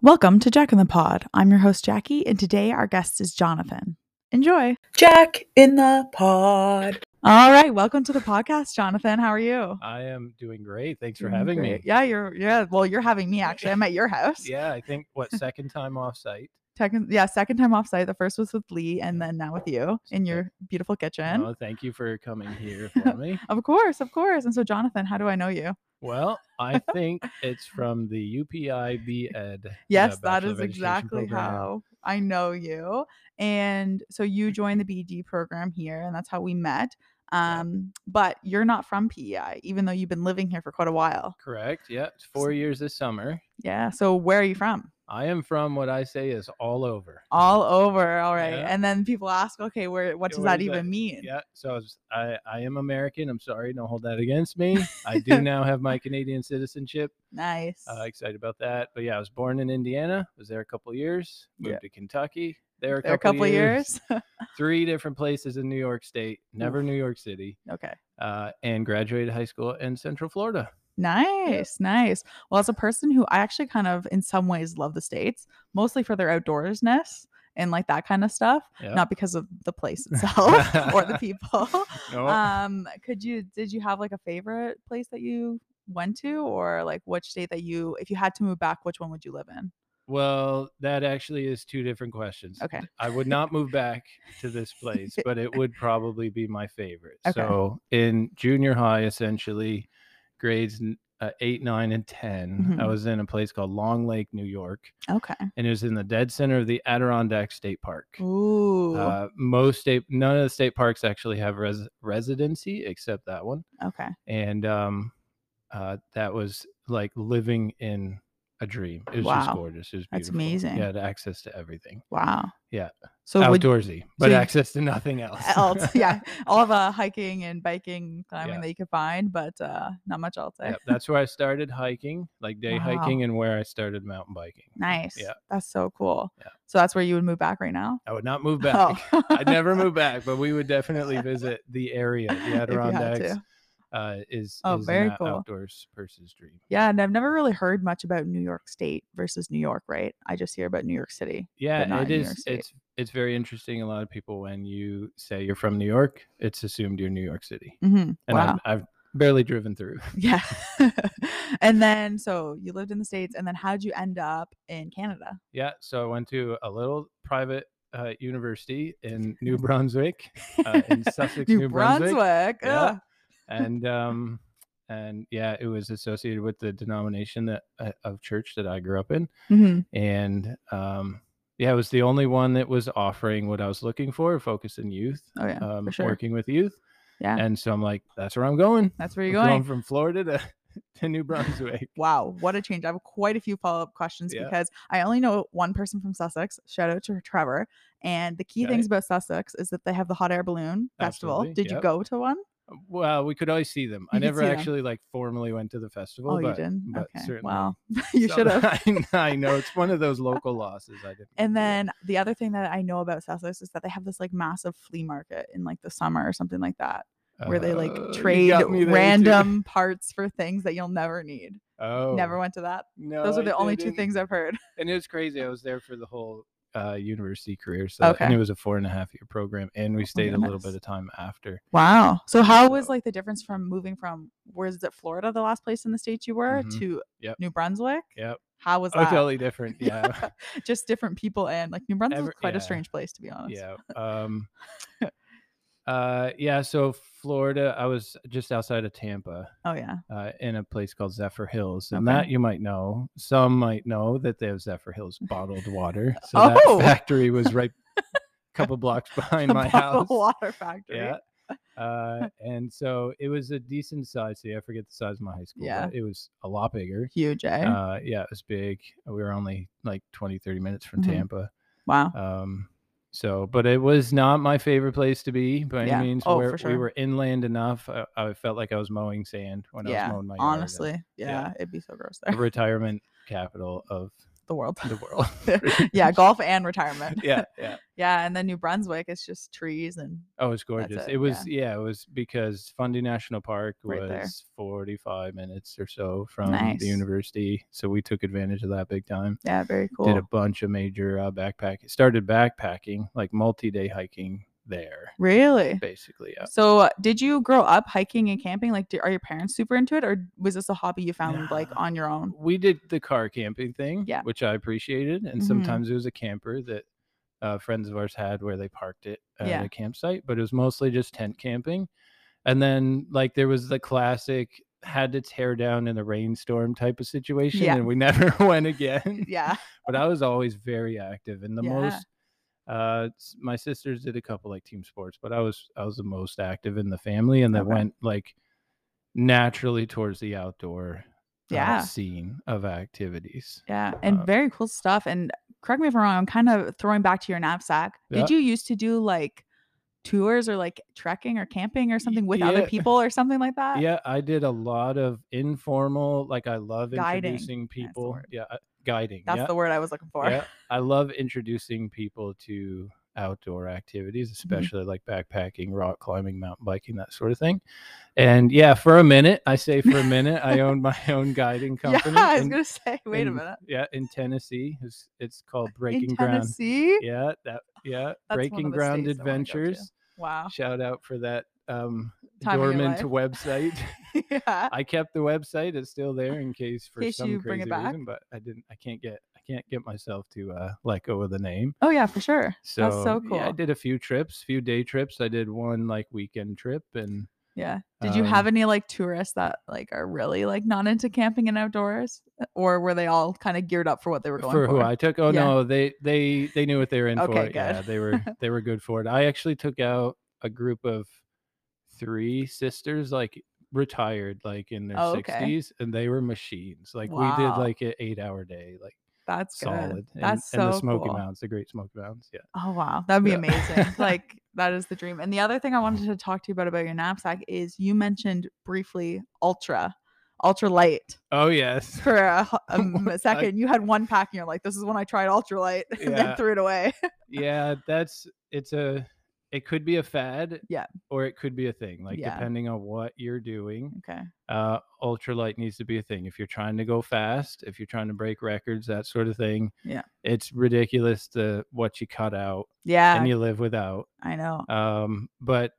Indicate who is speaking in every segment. Speaker 1: Welcome to Jack in the Pod. I'm your host, Jackie, and today our guest is Jonathan. Enjoy.
Speaker 2: Jack in the pod.
Speaker 1: All right. Welcome to the podcast, Jonathan. How are you?
Speaker 3: I am doing great. Thanks for
Speaker 1: Doing
Speaker 3: having
Speaker 1: great.
Speaker 3: me.
Speaker 1: Yeah, you're, yeah. Well, you're having me actually. I'm at your house.
Speaker 3: Yeah, I think what second time off site.
Speaker 1: Second, yeah, second time off site. The first was with Lee, and then now with you in
Speaker 3: Okay.
Speaker 1: your beautiful kitchen.
Speaker 3: Oh, thank you for coming here for me.
Speaker 1: Of course, of course. And so, Jonathan, how do I know you?
Speaker 3: Well, I think it's from the UPI B Ed. uh,
Speaker 1: Yes, that
Speaker 3: Bachelor of
Speaker 1: is
Speaker 3: Education
Speaker 1: exactly
Speaker 3: program.
Speaker 1: how I know you. And so you
Speaker 3: Mm-hmm.
Speaker 1: joined the BD program here, and that's how we met. Um, but you're not from PEI, even though you've been living here for quite a while.
Speaker 3: Correct. Yeah, it's four years this summer.
Speaker 1: Yeah. So where are you from?
Speaker 3: I am from what I say is all over.
Speaker 1: All over. All right.
Speaker 3: Yeah.
Speaker 1: And then people ask, okay, where? What
Speaker 3: Yeah,
Speaker 1: does
Speaker 3: what
Speaker 1: that
Speaker 3: does that-
Speaker 1: even mean?
Speaker 3: Yeah, uh, so I, was, I I am American. I'm sorry, don't hold that against me. I do now have my Canadian citizenship.
Speaker 1: Nice.
Speaker 3: Uh, excited about that. But yeah, I was born in Indiana. Was there a couple years. Moved
Speaker 1: Yeah.
Speaker 3: to Kentucky. There a
Speaker 1: There
Speaker 3: couple,
Speaker 1: a couple
Speaker 3: years.
Speaker 1: years.
Speaker 3: three different places in New York State, never New York City,
Speaker 1: okay.
Speaker 3: uh, and graduated high school in Central Florida.
Speaker 1: Nice, nice. Well, as a person who I actually kind of, in some ways, love the states, mostly for their outdoorsness and like that kind of stuff,
Speaker 3: Yeah.
Speaker 1: not because of the place itself or the people.
Speaker 3: No.
Speaker 1: Um, could you did you have like a favorite place that you went to, or like which state that you, if you had to move back, which one would you live in?
Speaker 3: well, that actually is two different questions.
Speaker 1: Okay,
Speaker 3: I would not move back to this place, but it would probably be my favorite.
Speaker 1: Okay.
Speaker 3: So in junior high, essentially, grades n- uh, eight, nine, and 10, I
Speaker 1: Mhm.
Speaker 3: was in a place called Long Lake, New York,
Speaker 1: okay.
Speaker 3: and it was in the dead center of the Adirondack State Park.
Speaker 1: Ooh,
Speaker 3: Uh, most state, none of the state parks actually have res- residency except that one.
Speaker 1: okay.
Speaker 3: and um, uh, that was like living in a dream. It was
Speaker 1: Wow.
Speaker 3: just gorgeous. It was
Speaker 1: That's
Speaker 3: beautiful.
Speaker 1: amazing.
Speaker 3: You had access to everything,
Speaker 1: Wow.
Speaker 3: Yeah.
Speaker 1: So would
Speaker 3: outdoorsy, but
Speaker 1: you-
Speaker 3: access to nothing else.
Speaker 1: else, yeah, all the hiking and biking, climbing
Speaker 3: Yeah.
Speaker 1: that you could find, but uh, not much else. eh?
Speaker 3: Yep, that's where I started hiking, like day
Speaker 1: Wow.
Speaker 3: hiking, and where I started mountain biking.
Speaker 1: Nice.
Speaker 3: Yeah.
Speaker 1: That's so cool.
Speaker 3: Yeah.
Speaker 1: So that's where you would move back right now?
Speaker 3: I would not move back.
Speaker 1: Oh.
Speaker 3: I'd never move back, but we would definitely visit the area.
Speaker 1: If you
Speaker 3: The
Speaker 1: had
Speaker 3: Adirondacks
Speaker 1: to.
Speaker 3: uh, is,
Speaker 1: Oh,
Speaker 3: is
Speaker 1: very
Speaker 3: an
Speaker 1: cool.
Speaker 3: outdoors person's dream.
Speaker 1: Yeah. And I've never really heard much about New York State versus New York, right? I just hear about New York City.
Speaker 3: yeah
Speaker 1: not in
Speaker 3: it
Speaker 1: New York
Speaker 3: is
Speaker 1: State.
Speaker 3: it's it's very interesting a lot of people when you say you're from new york it's assumed you're new york city
Speaker 1: hmm
Speaker 3: and
Speaker 1: wow.
Speaker 3: I've, I've barely driven through
Speaker 1: Yeah. and then, so you lived in the States. And then how'd you end up in Canada?
Speaker 3: yeah so i went to a little private uh, university in new brunswick uh, in sussex
Speaker 1: New,
Speaker 3: new
Speaker 1: Brunswick.
Speaker 3: brunswick, Yeah.
Speaker 1: Ugh.
Speaker 3: and um and yeah it was associated with the denomination that uh, of church that i grew up in
Speaker 1: Mhm.
Speaker 3: and um yeah it was the only one that was offering what i was looking for focus in youth
Speaker 1: Oh, yeah.
Speaker 3: um,
Speaker 1: sure.
Speaker 3: working with youth
Speaker 1: Yeah.
Speaker 3: and so i'm like that's where i'm going
Speaker 1: That's where you're
Speaker 3: I'm
Speaker 1: going.
Speaker 3: from Florida to, to New Brunswick.
Speaker 1: Wow, what a change. I have quite a few follow up questions
Speaker 3: Yeah.
Speaker 1: because I only know one person from Sussex. Shout out to Trevor. And the key things
Speaker 3: Okay.
Speaker 1: about Sussex is that they have the hot air balloon festival.
Speaker 3: Absolutely,
Speaker 1: Did you
Speaker 3: yep.
Speaker 1: go to one?
Speaker 3: well, we could always see them.
Speaker 1: You
Speaker 3: I
Speaker 1: could
Speaker 3: never
Speaker 1: see them.
Speaker 3: actually like formally went to the festival.
Speaker 1: oh,
Speaker 3: but,
Speaker 1: you didn't?
Speaker 3: But
Speaker 1: okay.
Speaker 3: certainly
Speaker 1: Well, you
Speaker 3: some-
Speaker 1: should have.
Speaker 3: I, I know it's one of those local losses. I didn't.
Speaker 1: And
Speaker 3: get to
Speaker 1: then the other thing that I know about Sussex is that they have this like massive flea market in like the summer or something like that,
Speaker 3: go.
Speaker 1: where they
Speaker 3: Uh,
Speaker 1: like
Speaker 3: you
Speaker 1: trade
Speaker 3: got me there, too.
Speaker 1: random parts for things that you'll never need.
Speaker 3: Oh,
Speaker 1: Never went to that.
Speaker 3: No,
Speaker 1: Those are
Speaker 3: I
Speaker 1: the only two
Speaker 3: didn't.
Speaker 1: things I've heard.
Speaker 3: And it was crazy. I was there for the whole uh, university career. So and
Speaker 1: Oh. Okay. Oh,
Speaker 3: it was a four and a half year program, and we stayed a little
Speaker 1: goodness.
Speaker 3: bit of time after.
Speaker 1: Wow. So how was
Speaker 3: So-
Speaker 1: like the difference from moving from where is it Florida, the last place in the state you were,
Speaker 3: Mhm.
Speaker 1: to
Speaker 3: Yep.
Speaker 1: New Brunswick?
Speaker 3: Yep,
Speaker 1: How was
Speaker 3: oh,
Speaker 1: that?
Speaker 3: totally different. Yeah,
Speaker 1: Just different people and like New Brunswick
Speaker 3: Every-
Speaker 1: is quite
Speaker 3: yeah.
Speaker 1: a strange place to be honest.
Speaker 3: Yeah. Um, uh, yeah. So Florida, I was just outside of Tampa
Speaker 1: Oh yeah.
Speaker 3: uh, in a place called Zephyr Hills, and
Speaker 1: Okay.
Speaker 3: that you might know. Some might know that they have Zephyr Hills bottled water. So
Speaker 1: Oh!
Speaker 3: that factory was right, a couple blocks behind
Speaker 1: The
Speaker 3: my
Speaker 1: Bottled
Speaker 3: house.
Speaker 1: Water factory.
Speaker 3: Yeah. Uh, and so it was a decent size. See, I forget the size of my high school.
Speaker 1: Yeah.
Speaker 3: But it was a lot bigger.
Speaker 1: Huge, eh?
Speaker 3: Uh, yeah, it was big. We were only like 20, 30 minutes from
Speaker 1: Mhm.
Speaker 3: Tampa.
Speaker 1: wow.
Speaker 3: Um, so, but it was not my favorite place to be by
Speaker 1: Yeah.
Speaker 3: any means.
Speaker 1: Oh,
Speaker 3: where
Speaker 1: for
Speaker 3: we
Speaker 1: sure.
Speaker 3: were inland enough, I, I felt like I was mowing sand when I
Speaker 1: Yeah,
Speaker 3: was mowing my yard. and
Speaker 1: Honestly. Yeah,
Speaker 3: yeah.
Speaker 1: It'd be so gross
Speaker 3: the
Speaker 1: there.
Speaker 3: retirement capital of
Speaker 1: the world.
Speaker 3: the world.
Speaker 1: yeah, golf and retirement.
Speaker 3: yeah, yeah.
Speaker 1: yeah, and then New Brunswick, it's just trees and
Speaker 3: Oh, it was gorgeous.
Speaker 1: it,
Speaker 3: It, was yeah. it was because Fundy National Park
Speaker 1: Right
Speaker 3: was
Speaker 1: there.
Speaker 3: 45 minutes or so from
Speaker 1: Nice.
Speaker 3: the university, so we took advantage of that big time.
Speaker 1: yeah, very cool.
Speaker 3: Did a bunch of major uh, backpack. Started backpacking, like multi-day hiking there,
Speaker 1: really?
Speaker 3: basically. Yeah.
Speaker 1: So, uh, did you grow up hiking and camping? Like, do, are your parents super into it, or was this a hobby you found like
Speaker 3: Nah.
Speaker 1: on your own?
Speaker 3: We did the car camping thing,
Speaker 1: Yeah.
Speaker 3: which I appreciated, and
Speaker 1: Mhm.
Speaker 3: sometimes it was a camper that uh, friends of ours had where they parked it at
Speaker 1: Yeah.
Speaker 3: a campsite, but it was mostly just tent camping. And then like there was the classic had to tear down in a rainstorm type of situation,
Speaker 1: Yeah.
Speaker 3: and we never went again.
Speaker 1: Yeah,
Speaker 3: but I was always very active and the
Speaker 1: Yeah.
Speaker 3: most uh s- my sisters did a couple like team sports but i was i was the most active in the family and that
Speaker 1: Okay.
Speaker 3: went like naturally towards the outdoor uh,
Speaker 1: yeah,
Speaker 3: scene of activities
Speaker 1: yeah, and
Speaker 3: uh,
Speaker 1: very cool stuff. And correct me if I'm wrong. I'm kind of throwing back to your knapsack.
Speaker 3: Yeah.
Speaker 1: Did you used to do like tours or like trekking or camping or something with other
Speaker 3: yeah.
Speaker 1: people or something like that?
Speaker 3: yeah i did a lot of informal like i love
Speaker 1: Guiding,
Speaker 3: introducing
Speaker 1: the
Speaker 3: people
Speaker 1: word.
Speaker 3: yeah uh, guiding
Speaker 1: that's
Speaker 3: yeah,
Speaker 1: the word I was looking for.
Speaker 3: yeah i love introducing people to outdoor activities
Speaker 1: Mm-hmm.
Speaker 3: especially like backpacking rock climbing mountain biking that sort of thing and yeah for a minute i say for a minute i owned my own guiding
Speaker 1: Yeah,
Speaker 3: company
Speaker 1: I was
Speaker 3: in-
Speaker 1: gonna say. Wait a
Speaker 3: in-
Speaker 1: minute.
Speaker 3: Yeah, in Tennessee, it's, it's called Breaking
Speaker 1: in
Speaker 3: Ground.
Speaker 1: Tennessee.
Speaker 3: Yeah, that yeah,
Speaker 1: one
Speaker 3: Breaking
Speaker 1: of the
Speaker 3: Ground
Speaker 1: states I wanna go to.
Speaker 3: Adventures.
Speaker 1: Wow.
Speaker 3: Shout out for that um,
Speaker 1: Time of your
Speaker 3: dormant
Speaker 1: life.
Speaker 3: website.
Speaker 1: yeah.
Speaker 3: I kept the website; it's still there in case for
Speaker 1: Case you
Speaker 3: some
Speaker 1: bring
Speaker 3: crazy
Speaker 1: it
Speaker 3: reason. But I didn't. I can't get. I can't get myself to uh, let go of the name.
Speaker 1: Oh yeah, for sure.
Speaker 3: So,
Speaker 1: That's so
Speaker 3: yeah, I
Speaker 1: cool.
Speaker 3: did a few trips, few day trips. I did one like weekend trip, and
Speaker 1: Yeah. Did you
Speaker 3: Um
Speaker 1: have any like tourists that like are really like not into camping and outdoors, Uh, or were they all kind of geared up for what they were going
Speaker 3: for
Speaker 1: for?
Speaker 3: who I took. Oh
Speaker 1: Yeah.
Speaker 3: no, they they they knew what they were in for.
Speaker 1: Okay, good.
Speaker 3: Yeah, they were they were good for it. I actually took out a group of three sisters, like retired, like in their
Speaker 1: Oh, okay.
Speaker 3: sixties, and they were machines. Like we did
Speaker 1: Wow.
Speaker 3: like an eight hour day, like
Speaker 1: That's good.
Speaker 3: solid. And,
Speaker 1: That's
Speaker 3: and the
Speaker 1: so
Speaker 3: Smoky
Speaker 1: cool.
Speaker 3: Mountains, the Great Smoky Mountains. Yeah.
Speaker 1: Oh wow, that'd be
Speaker 3: Yeah.
Speaker 1: amazing. like that is the dream. And the other thing I wanted to talk to you about about your knapsack is you mentioned briefly ultra, ultralight
Speaker 3: Oh yes.
Speaker 1: for a, hu- a
Speaker 3: What?
Speaker 1: m- a second. You had one pack and you're like, this is when I tried ultralight and
Speaker 3: Yeah.
Speaker 1: then threw it away.
Speaker 3: yeah, that's it's a it could be a fad.
Speaker 1: Yeah.
Speaker 3: Or it could be a thing. Like
Speaker 1: Yeah.
Speaker 3: depending on what you're doing.
Speaker 1: Okay.
Speaker 3: uh, ultralight needs to be a thing. If you're trying to go fast, if you're trying to break records, that sort of thing.
Speaker 1: Yeah.
Speaker 3: It's ridiculous the what you cut out
Speaker 1: Yeah,
Speaker 3: and you live without.
Speaker 1: I know.
Speaker 3: Um, but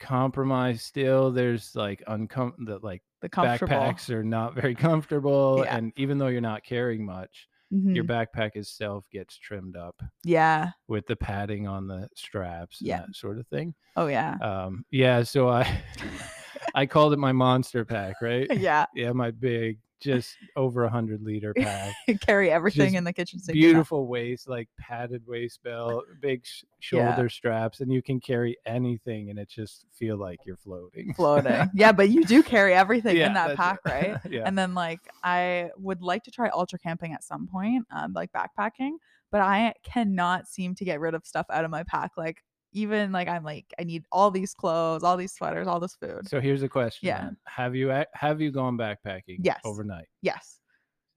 Speaker 3: compromise still there's like uncom the like
Speaker 1: The comfortable.
Speaker 3: backpacks are not very comfortable
Speaker 1: Yeah.
Speaker 3: and even though you're not carrying much your
Speaker 1: Mhm.
Speaker 3: backpack itself gets trimmed up
Speaker 1: Yeah.
Speaker 3: with the padding on the straps and
Speaker 1: Yeah.
Speaker 3: that sort of thing
Speaker 1: Oh yeah.
Speaker 3: um yeah so i i called it my monster pack right
Speaker 1: yeah.
Speaker 3: yeah, my big, just over a hundred liter pack.
Speaker 1: Carry everything
Speaker 3: Just
Speaker 1: in the kitchen sink. and that.
Speaker 3: Beautiful waist, like padded waist belt, big sh-
Speaker 1: Yeah.
Speaker 3: shoulder straps, and you can carry anything, and it just feel like you're floating.
Speaker 1: floating. yeah, but you do carry everything
Speaker 3: Yeah,
Speaker 1: in that
Speaker 3: that's
Speaker 1: pack,
Speaker 3: it.
Speaker 1: right?
Speaker 3: yeah.
Speaker 1: And then like I would like to try ultra camping at some point, um, like backpacking, but I cannot seem to get rid of stuff out of my pack. Like even like I'm like I need all these clothes, all these sweaters, all this food.
Speaker 3: so here's a question.
Speaker 1: Yeah.
Speaker 3: then. Have you ac- have you gone backpacking?
Speaker 1: Yes.
Speaker 3: Overnight.
Speaker 1: yes.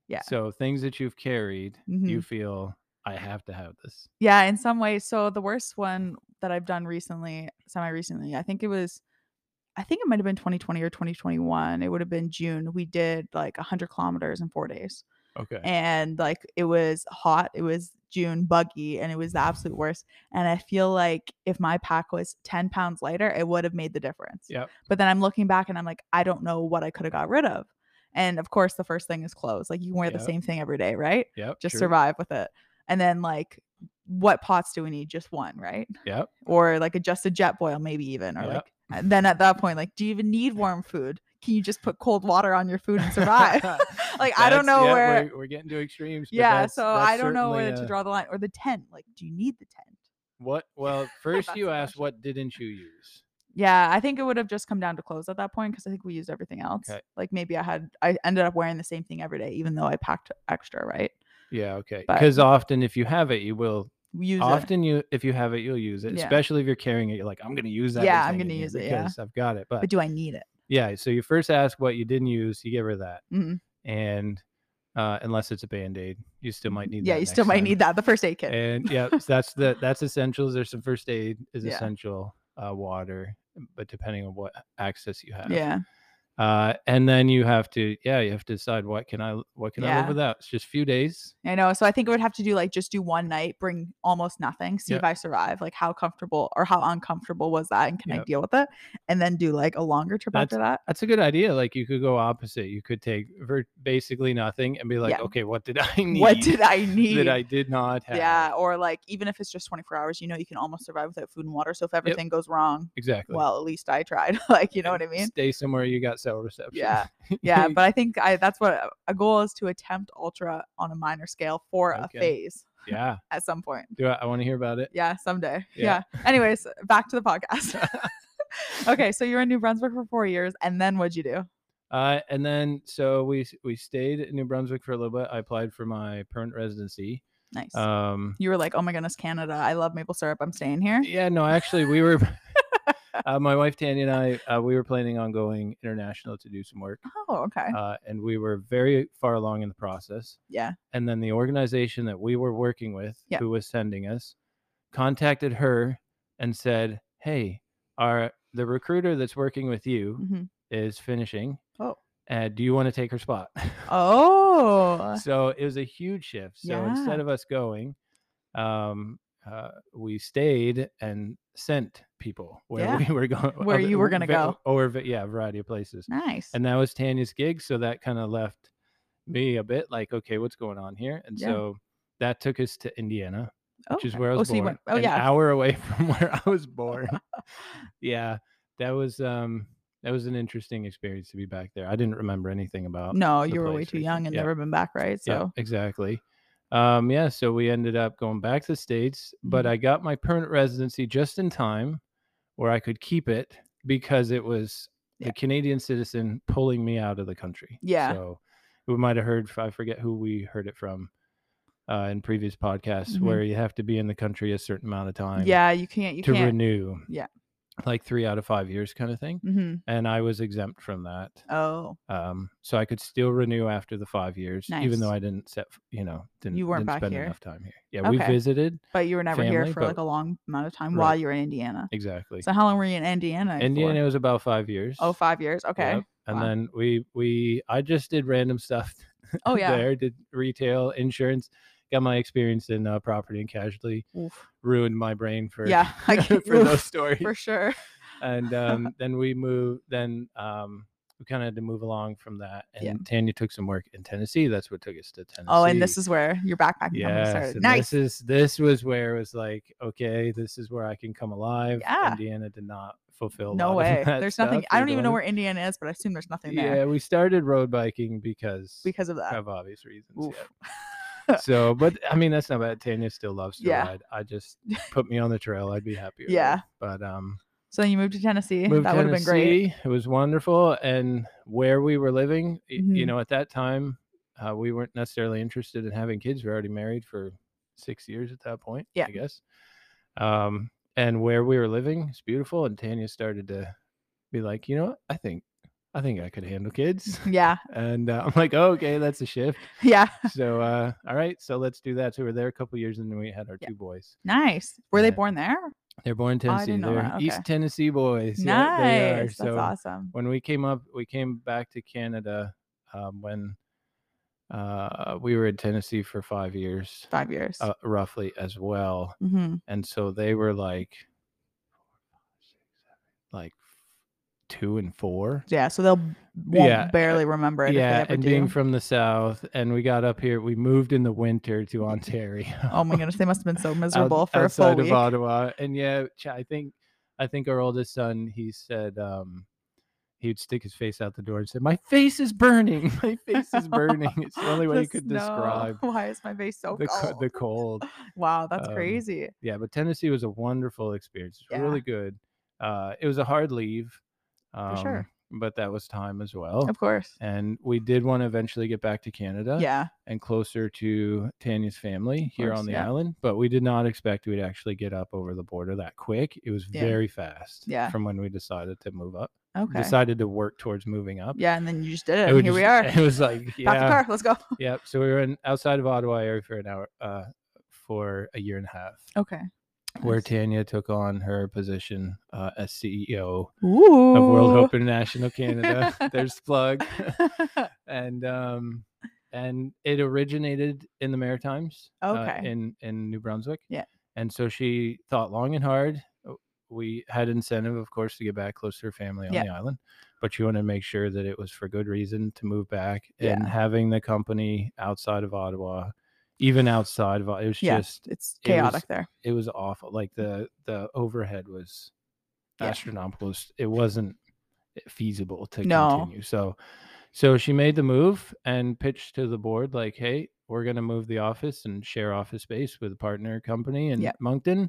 Speaker 1: Yeah. Mm-hmm.
Speaker 3: So things that you've carried, you feel I have to have this.
Speaker 1: Yeah, in some ways. So the worst one that I've done recently, semi recently, I think it was, I think it might have been 2020 or 2021. It would have been June. We did like 100 kilometers in four days.
Speaker 3: Okay.
Speaker 1: And like it was hot, it was June, buggy, and it was the absolute worst. And I feel like if my pack was 10 pounds lighter, it would have made the difference.
Speaker 3: Yep.
Speaker 1: But then I'm looking back and I'm like, I don't know what I could have got rid of. And of course, the first thing is clothes. Like you can wear the
Speaker 3: Yep.
Speaker 1: same thing every day, right?
Speaker 3: yep.
Speaker 1: just
Speaker 3: true.
Speaker 1: survive with it. And then like what pots do we need? Just one, right?
Speaker 3: Yep.
Speaker 1: Or like a just a jet boil, maybe even. Or
Speaker 3: Yep.
Speaker 1: like and then at that point, like, do you even need warm food? Can you just put cold water on your food and survive? Like, I don't
Speaker 3: That's-
Speaker 1: know
Speaker 3: yeah,
Speaker 1: where-
Speaker 3: we're, we're getting to extremes. but
Speaker 1: yeah.
Speaker 3: that's-
Speaker 1: So
Speaker 3: that's
Speaker 1: I don't know
Speaker 3: certainly
Speaker 1: where to
Speaker 3: a-
Speaker 1: draw the line. Or the tent. Like, do you need the tent?
Speaker 3: What? Well, first
Speaker 1: That's
Speaker 3: you
Speaker 1: the
Speaker 3: asked,
Speaker 1: question.
Speaker 3: what didn't you use?
Speaker 1: Yeah, I think it would have just come down to clothes at that point because I think we used everything else.
Speaker 3: Okay.
Speaker 1: Like maybe I had I ended up wearing the same thing every day, even though I packed extra, right?
Speaker 3: Yeah, okay.
Speaker 1: But-
Speaker 3: Because often if you have it, you will.
Speaker 1: We Use it.
Speaker 3: often you, if you have it, you'll use it.
Speaker 1: Yeah.
Speaker 3: Especially if you're carrying it, you're like, I'm gonna use that.
Speaker 1: Yeah, I'm
Speaker 3: thing in
Speaker 1: gonna
Speaker 3: here
Speaker 1: use it, yeah.
Speaker 3: because I've got it. But,
Speaker 1: But do I need it?
Speaker 3: yeah, so you first ask what you didn't use, you get rid of that,
Speaker 1: Mhm.
Speaker 3: and uh, unless it's a band aid. You still might need.
Speaker 1: yeah,
Speaker 3: that
Speaker 1: you still
Speaker 3: next
Speaker 1: might
Speaker 3: time.
Speaker 1: need that. The first aid kit.
Speaker 3: And yeah, so that's the that's essentials. There's some first aid is
Speaker 1: Yeah.
Speaker 3: essential. Uh, water, but depending on what access you have.
Speaker 1: yeah.
Speaker 3: Uh, and then you have to yeah you have to decide what can I what can I
Speaker 1: Yeah.
Speaker 3: live without. It's just a few days.
Speaker 1: I know. So I think I would have to do like just do one night, bring almost nothing, see
Speaker 3: Yep.
Speaker 1: if I survive. Like how comfortable or how uncomfortable was that, and can I
Speaker 3: Yep.
Speaker 1: deal with it? And then do like a longer trip after that.
Speaker 3: That's a good idea. Like you could go opposite. You could take ver- basically nothing and be like,
Speaker 1: Yeah.
Speaker 3: okay, what did I need?
Speaker 1: What did I need?
Speaker 3: that I did not have?
Speaker 1: yeah, or like even if it's just 24 hours, you know, you can almost survive without food and water. So if everything goes wrong,
Speaker 3: exactly.
Speaker 1: well, at least I tried. like you know what I
Speaker 3: And
Speaker 1: mean?
Speaker 3: Stay somewhere you got cell reception.
Speaker 1: Yeah, yeah. But I think I that's what uh, a goal is to attempt ultra on a minor scale for
Speaker 3: Okay.
Speaker 1: a phase
Speaker 3: yeah.
Speaker 1: at some point.
Speaker 3: Do I, I want to hear about it?
Speaker 1: Yeah, someday.
Speaker 3: Yeah.
Speaker 1: Yeah. Anyways, back to the podcast. okay, so you were in New Brunswick for four years, and then what'd you do?
Speaker 3: Uh, and then so we s- we stayed in New Brunswick for a little bit. I applied for my permanent residency.
Speaker 1: Nice.
Speaker 3: Um,
Speaker 1: you were like, oh my goodness, Canada. I love maple syrup. I'm staying here.
Speaker 3: yeah, no, actually, we were. uh, my wife Tanya and I, uh, we were planning on going international to do some work,
Speaker 1: Oh, okay.
Speaker 3: uh, and we were very far along in the process.
Speaker 1: yeah.
Speaker 3: and then the organization that we were working with
Speaker 1: Yeah.
Speaker 3: who was sending us contacted her and said hey our the recruiter that's working with you
Speaker 1: hmm
Speaker 3: is finishing
Speaker 1: Oh.
Speaker 3: and do you want to take her spot
Speaker 1: Oh.
Speaker 3: so it was a huge shift so instead of us going um uh, we stayed and sent people where
Speaker 1: Yeah.
Speaker 3: we were going
Speaker 1: Where you were gonna go.
Speaker 3: or va- yeah a variety of places
Speaker 1: Nice.
Speaker 3: and that was Tanya's gig. So that kind of left me a bit like, okay, what's going on here? And
Speaker 1: Yeah.
Speaker 3: so that took us to Indiana,
Speaker 1: oh,
Speaker 3: which is where I
Speaker 1: okay.
Speaker 3: was
Speaker 1: oh, so you
Speaker 3: born.
Speaker 1: went- oh,
Speaker 3: an
Speaker 1: yeah.
Speaker 3: hour away from where I was born. yeah, that was um that was an interesting experience to be back there. I didn't remember anything about.
Speaker 1: No,
Speaker 3: the
Speaker 1: you were way
Speaker 3: place
Speaker 1: too
Speaker 3: or
Speaker 1: young
Speaker 3: anything.
Speaker 1: and
Speaker 3: Yeah,
Speaker 1: never been back, right?
Speaker 3: yeah,
Speaker 1: So,
Speaker 3: exactly. Um, yeah, so we ended up going back to the states, but
Speaker 1: Mhm.
Speaker 3: I got my permanent residency just in time where I could keep it because it was
Speaker 1: Yeah.
Speaker 3: the Canadian citizen pulling me out of the country.
Speaker 1: Yeah.
Speaker 3: So we might have heard, f- I forget who we heard it from uh, in previous podcasts,
Speaker 1: Mhm.
Speaker 3: where you have to be in the country a certain amount of time
Speaker 1: yeah, you can't, you
Speaker 3: to
Speaker 1: can't.
Speaker 3: renew.
Speaker 1: Yeah.
Speaker 3: Like three out of five years kind of thing.
Speaker 1: hmm
Speaker 3: And I was exempt from that.
Speaker 1: Oh,
Speaker 3: Um, so I could still renew after the five years, even though
Speaker 1: Nice.
Speaker 3: I didn't set, f- you know, didn't,
Speaker 1: You weren't
Speaker 3: didn't
Speaker 1: back
Speaker 3: spend
Speaker 1: here.
Speaker 3: enough time here. Yeah, we
Speaker 1: Okay.
Speaker 3: visited
Speaker 1: but you were never
Speaker 3: Family,
Speaker 1: here for
Speaker 3: but-
Speaker 1: like a long amount of time
Speaker 3: Right.
Speaker 1: while you were in Indiana.
Speaker 3: exactly.
Speaker 1: So, how long were you in Indiana? for?
Speaker 3: Indiana was about five years.
Speaker 1: Oh, five years. Okay.
Speaker 3: Yep. And
Speaker 1: Wow.
Speaker 3: then we we I just did random stuff.
Speaker 1: Oh, yeah.
Speaker 3: there did retail insurance. Got my experience in uh, property and casualty.
Speaker 1: Oof.
Speaker 3: Ruined my brain for
Speaker 1: yeah. I can-
Speaker 3: for those
Speaker 1: oof,
Speaker 3: stories.
Speaker 1: for sure.
Speaker 3: and um, then we moved then um, we kind of had to move along from that and
Speaker 1: Yeah.
Speaker 3: tanya took some work in tennessee that's what took us to tennessee
Speaker 1: Oh, and this is where your backpacking company
Speaker 3: yes,
Speaker 1: started.
Speaker 3: and
Speaker 1: Nice.
Speaker 3: this is this was where it was like okay this is where i can come alive
Speaker 1: Yeah.
Speaker 3: indiana did not fulfill a
Speaker 1: No
Speaker 3: lot of
Speaker 1: way.
Speaker 3: that
Speaker 1: There's nothing.
Speaker 3: stuff.
Speaker 1: I
Speaker 3: We're
Speaker 1: don't even know
Speaker 3: going-
Speaker 1: where Indiana is, but I assume there's nothing there
Speaker 3: yeah we started road biking because
Speaker 1: because of that.
Speaker 3: of obvious reasons
Speaker 1: Oof.
Speaker 3: yeah. so but i mean that's not bad tanya still loves to
Speaker 1: Yeah.
Speaker 3: ride i just put me on the trail i'd be happier with.
Speaker 1: Yeah.
Speaker 3: but um
Speaker 1: so then you moved to Tennessee.
Speaker 3: moved
Speaker 1: that
Speaker 3: to
Speaker 1: would have been great.
Speaker 3: Tennessee. It was wonderful. And where we were living, y- you
Speaker 1: Mhm.
Speaker 3: know, at that time, uh, we weren't necessarily interested in having kids. We were already married for six years at that point,
Speaker 1: Yeah.
Speaker 3: I guess. Um, and where we were living is beautiful. And Tanya started to be like, you know what? I think, I think I could handle kids.
Speaker 1: Yeah.
Speaker 3: And uh, I'm like, oh, okay, that's a shift.
Speaker 1: Yeah.
Speaker 3: So, uh, all right, so let's do that. So we were there a couple years and then we had our
Speaker 1: Yeah.
Speaker 3: two boys.
Speaker 1: Nice. Were they
Speaker 3: Yeah.
Speaker 1: born there?
Speaker 3: They're born in
Speaker 1: Oh, I
Speaker 3: Tennessee.
Speaker 1: didn't know
Speaker 3: They're
Speaker 1: that.
Speaker 3: East
Speaker 1: Okay.
Speaker 3: Tennessee boys. Yeah, they are.
Speaker 1: nice. That's
Speaker 3: so
Speaker 1: awesome.
Speaker 3: when we came up, we came back to Canada um, when uh, we were in Tennessee for five years,
Speaker 1: Five years.
Speaker 3: uh, roughly as well.
Speaker 1: hmm
Speaker 3: And so they were like, like two and four.
Speaker 1: Yeah. So they'll b- won't
Speaker 3: Yeah, uh,
Speaker 1: barely remember it
Speaker 3: yeah,
Speaker 1: if they ever
Speaker 3: and
Speaker 1: do.
Speaker 3: being from the south, and we got up here, we moved in the winter to Ontario.
Speaker 1: oh my goodness, they must have been so
Speaker 3: out-
Speaker 1: miserable for a
Speaker 3: outside
Speaker 1: full
Speaker 3: of
Speaker 1: week.
Speaker 3: Ottawa. And yeah, ch- I think I think our oldest son, he said um he'd stick his face out the door and say, My face is burning. My face is burning. It's the only way you could
Speaker 1: snow.
Speaker 3: describe
Speaker 1: Why is my face so
Speaker 3: the, co-
Speaker 1: cold?
Speaker 3: the cold.
Speaker 1: wow, that's
Speaker 3: um,
Speaker 1: crazy.
Speaker 3: Yeah, but Tennessee was a wonderful experience. It's really good. Uh it was a hard leave. Um
Speaker 1: sure.
Speaker 3: but that was time as well.
Speaker 1: Of course.
Speaker 3: And we did want to eventually get back to Canada
Speaker 1: Yeah.
Speaker 3: oh, and closer to Tanya's family here
Speaker 1: course,
Speaker 3: on the
Speaker 1: yeah.
Speaker 3: island, but we did not expect we'd actually get up over the border that quick. It was
Speaker 1: Yeah.
Speaker 3: very fast
Speaker 1: Yeah.
Speaker 3: from when we decided to move up,
Speaker 1: Okay.
Speaker 3: decided to work towards moving up.
Speaker 1: yeah, and then you just did it.
Speaker 3: It
Speaker 1: and
Speaker 3: was
Speaker 1: here we
Speaker 3: just-
Speaker 1: are.
Speaker 3: It was like,
Speaker 1: Pack the
Speaker 3: yeah,
Speaker 1: car. Let's go.
Speaker 3: yep. So we were in outside of Ottawa area for an hour, uh, for a year and a half,
Speaker 1: Okay.
Speaker 3: where
Speaker 1: Nice.
Speaker 3: Tanya took on her position uh, as CEO
Speaker 1: Ooh.
Speaker 3: of World Uh, Hope International Canada. There's plug. and um and it originated in the Maritimes. uh,
Speaker 1: Okay.
Speaker 3: in in New Brunswick.
Speaker 1: Yeah.
Speaker 3: And so she thought long and hard. Uh, We had incentive, of course, to get back close to her family on
Speaker 1: Yeah.
Speaker 3: the island, but she wanted to make sure that it was for good reason to move back. And
Speaker 1: Yeah.
Speaker 3: having the company outside of Ottawa, even outside of it was
Speaker 1: Yeah.
Speaker 3: just
Speaker 1: it's
Speaker 3: it was-
Speaker 1: chaotic there.
Speaker 3: it was awful. Like the the overhead was
Speaker 1: Mm. Yeah.
Speaker 3: astronomical. It's- It wasn't feasible to
Speaker 1: No.
Speaker 3: continue. So so she made the move and pitched to the board like, "Hey, we're going to move the office and share office space with a partner company in
Speaker 1: Yep.
Speaker 3: Moncton."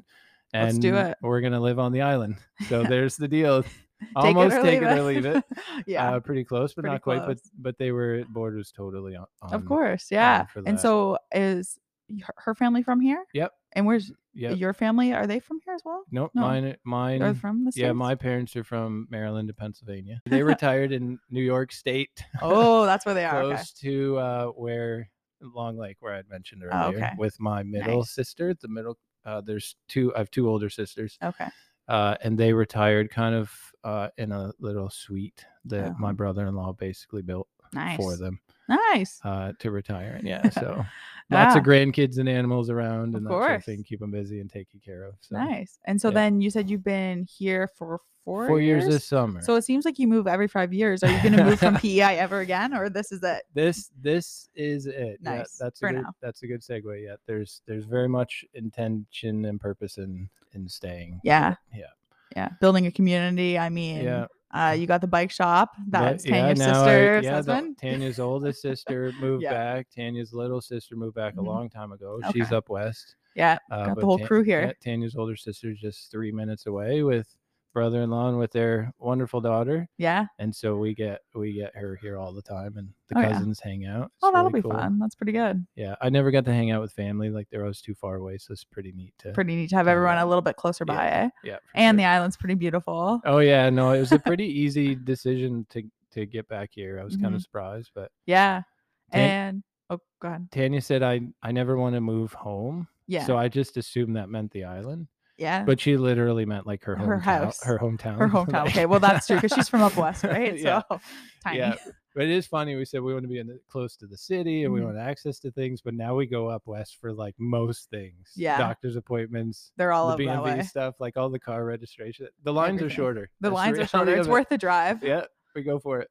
Speaker 3: And
Speaker 1: Let's do it."
Speaker 3: we're going to live on the island. So there's the deal.
Speaker 1: Take
Speaker 3: Almost
Speaker 1: it or
Speaker 3: take
Speaker 1: leave
Speaker 3: it or leave it.
Speaker 1: yeah.
Speaker 3: Uh, pretty close, but
Speaker 1: Pretty
Speaker 3: not quite. But
Speaker 1: close.
Speaker 3: but they were board was totally on.
Speaker 1: of
Speaker 3: on-
Speaker 1: course. Yeah.
Speaker 3: on um, for
Speaker 1: And
Speaker 3: that.
Speaker 1: so is y- her- her family from here?
Speaker 3: Yep.
Speaker 1: And where's
Speaker 3: Yep.
Speaker 1: your family? Are they from here as well?
Speaker 3: Nope.
Speaker 1: no.
Speaker 3: Mine. Mine.
Speaker 1: They're from the States?
Speaker 3: Yeah, my parents are from Maryland to Pennsylvania. They retired in New York State.
Speaker 1: Oh, that's where they are. Okay.
Speaker 3: close to uh, where Long Lake, where I had mentioned
Speaker 1: Oh,
Speaker 3: earlier,
Speaker 1: okay.
Speaker 3: with my middle
Speaker 1: Nice.
Speaker 3: sister. The middle, uh, there's two. I have two older sisters,
Speaker 1: Okay.
Speaker 3: uh, and they retired kind of uh, in a little suite that my brother-in-law basically built
Speaker 1: Oh. Nice.
Speaker 3: for them
Speaker 1: Nice.
Speaker 3: uh, to retire. in. Yeah, so lots of
Speaker 1: Wow.
Speaker 3: grandkids and animals around,
Speaker 1: Of
Speaker 3: and that sort of
Speaker 1: course.
Speaker 3: thing. Keep them busy and taken care of. So
Speaker 1: Nice. And so
Speaker 3: yeah.
Speaker 1: then you said you've been here for four,
Speaker 3: four, years? this summer.
Speaker 1: So it seems like you move every five years. Are you going to move from PEI ever again, or this is it?
Speaker 3: this this is it. Yeah,
Speaker 1: Nice,
Speaker 3: that's
Speaker 1: for
Speaker 3: a good,
Speaker 1: now.
Speaker 3: that's a good segue. Yeah, there's there's very much intention and purpose in in staying.
Speaker 1: Yeah.
Speaker 3: Yeah.
Speaker 1: Yeah. Building a community. I mean,
Speaker 3: Yeah,
Speaker 1: uh, you got the bike shop.
Speaker 3: but-
Speaker 1: That's
Speaker 3: yeah,
Speaker 1: Tanya's
Speaker 3: now I-
Speaker 1: sister's
Speaker 3: yeah, the-
Speaker 1: husband.
Speaker 3: Tanya's oldest sister moved
Speaker 1: Yeah.
Speaker 3: back. Tanya's little sister moved back
Speaker 1: Mhm.
Speaker 3: a long time ago. She's
Speaker 1: Okay.
Speaker 3: up west.
Speaker 1: yeah.
Speaker 3: Uh,
Speaker 1: Got the
Speaker 3: but
Speaker 1: whole crew
Speaker 3: yeah,
Speaker 1: here.
Speaker 3: Tanya's older sister's just three minutes away with brother-in-law and with their wonderful daughter,
Speaker 1: Yeah.
Speaker 3: and so we get we get her here all the time, and the
Speaker 1: Oh, yeah.
Speaker 3: cousins hang out. It's
Speaker 1: Oh, that'll
Speaker 3: really
Speaker 1: be
Speaker 3: cool.
Speaker 1: fun. That's pretty good.
Speaker 3: Yeah, I never got to hang out with family. Like they're always too far away, so it's pretty neat to.
Speaker 1: Pretty neat to have
Speaker 3: Yeah,
Speaker 1: everyone
Speaker 3: yeah.
Speaker 1: a little bit closer
Speaker 3: Yeah,
Speaker 1: by. Eh?
Speaker 3: Yeah. for
Speaker 1: And
Speaker 3: sure.
Speaker 1: the island's pretty beautiful.
Speaker 3: Oh yeah, no, it was a pretty easy decision to to get back here. I was kind
Speaker 1: Mhm.
Speaker 3: of surprised, but
Speaker 1: Yeah.
Speaker 3: Tan-
Speaker 1: and oh god.
Speaker 3: Tanya said I I never want to move home,
Speaker 1: Yeah.
Speaker 3: so I just assumed that meant the island.
Speaker 1: yeah.
Speaker 3: But she literally meant like her hometown,
Speaker 1: Her house.
Speaker 3: her hometown,
Speaker 1: her hometown.
Speaker 3: like-
Speaker 1: Okay, well that's true because she's from up west, right?
Speaker 3: yeah,
Speaker 1: So tiny.
Speaker 3: yeah. But it is funny. We said we want to be in the, close to the city and we
Speaker 1: Mhm.
Speaker 3: want access to things, but now we go up west for like most things.
Speaker 1: Yeah.
Speaker 3: doctor's appointments,
Speaker 1: They're all up
Speaker 3: the
Speaker 1: that
Speaker 3: BMV
Speaker 1: way.
Speaker 3: stuff, like all the car registration. The lines
Speaker 1: Everything.
Speaker 3: are shorter.
Speaker 1: The
Speaker 3: That's
Speaker 1: lines are shorter.
Speaker 3: reality
Speaker 1: It's
Speaker 3: of it.
Speaker 1: worth the drive. Yeah.
Speaker 3: Yeah, we go for it.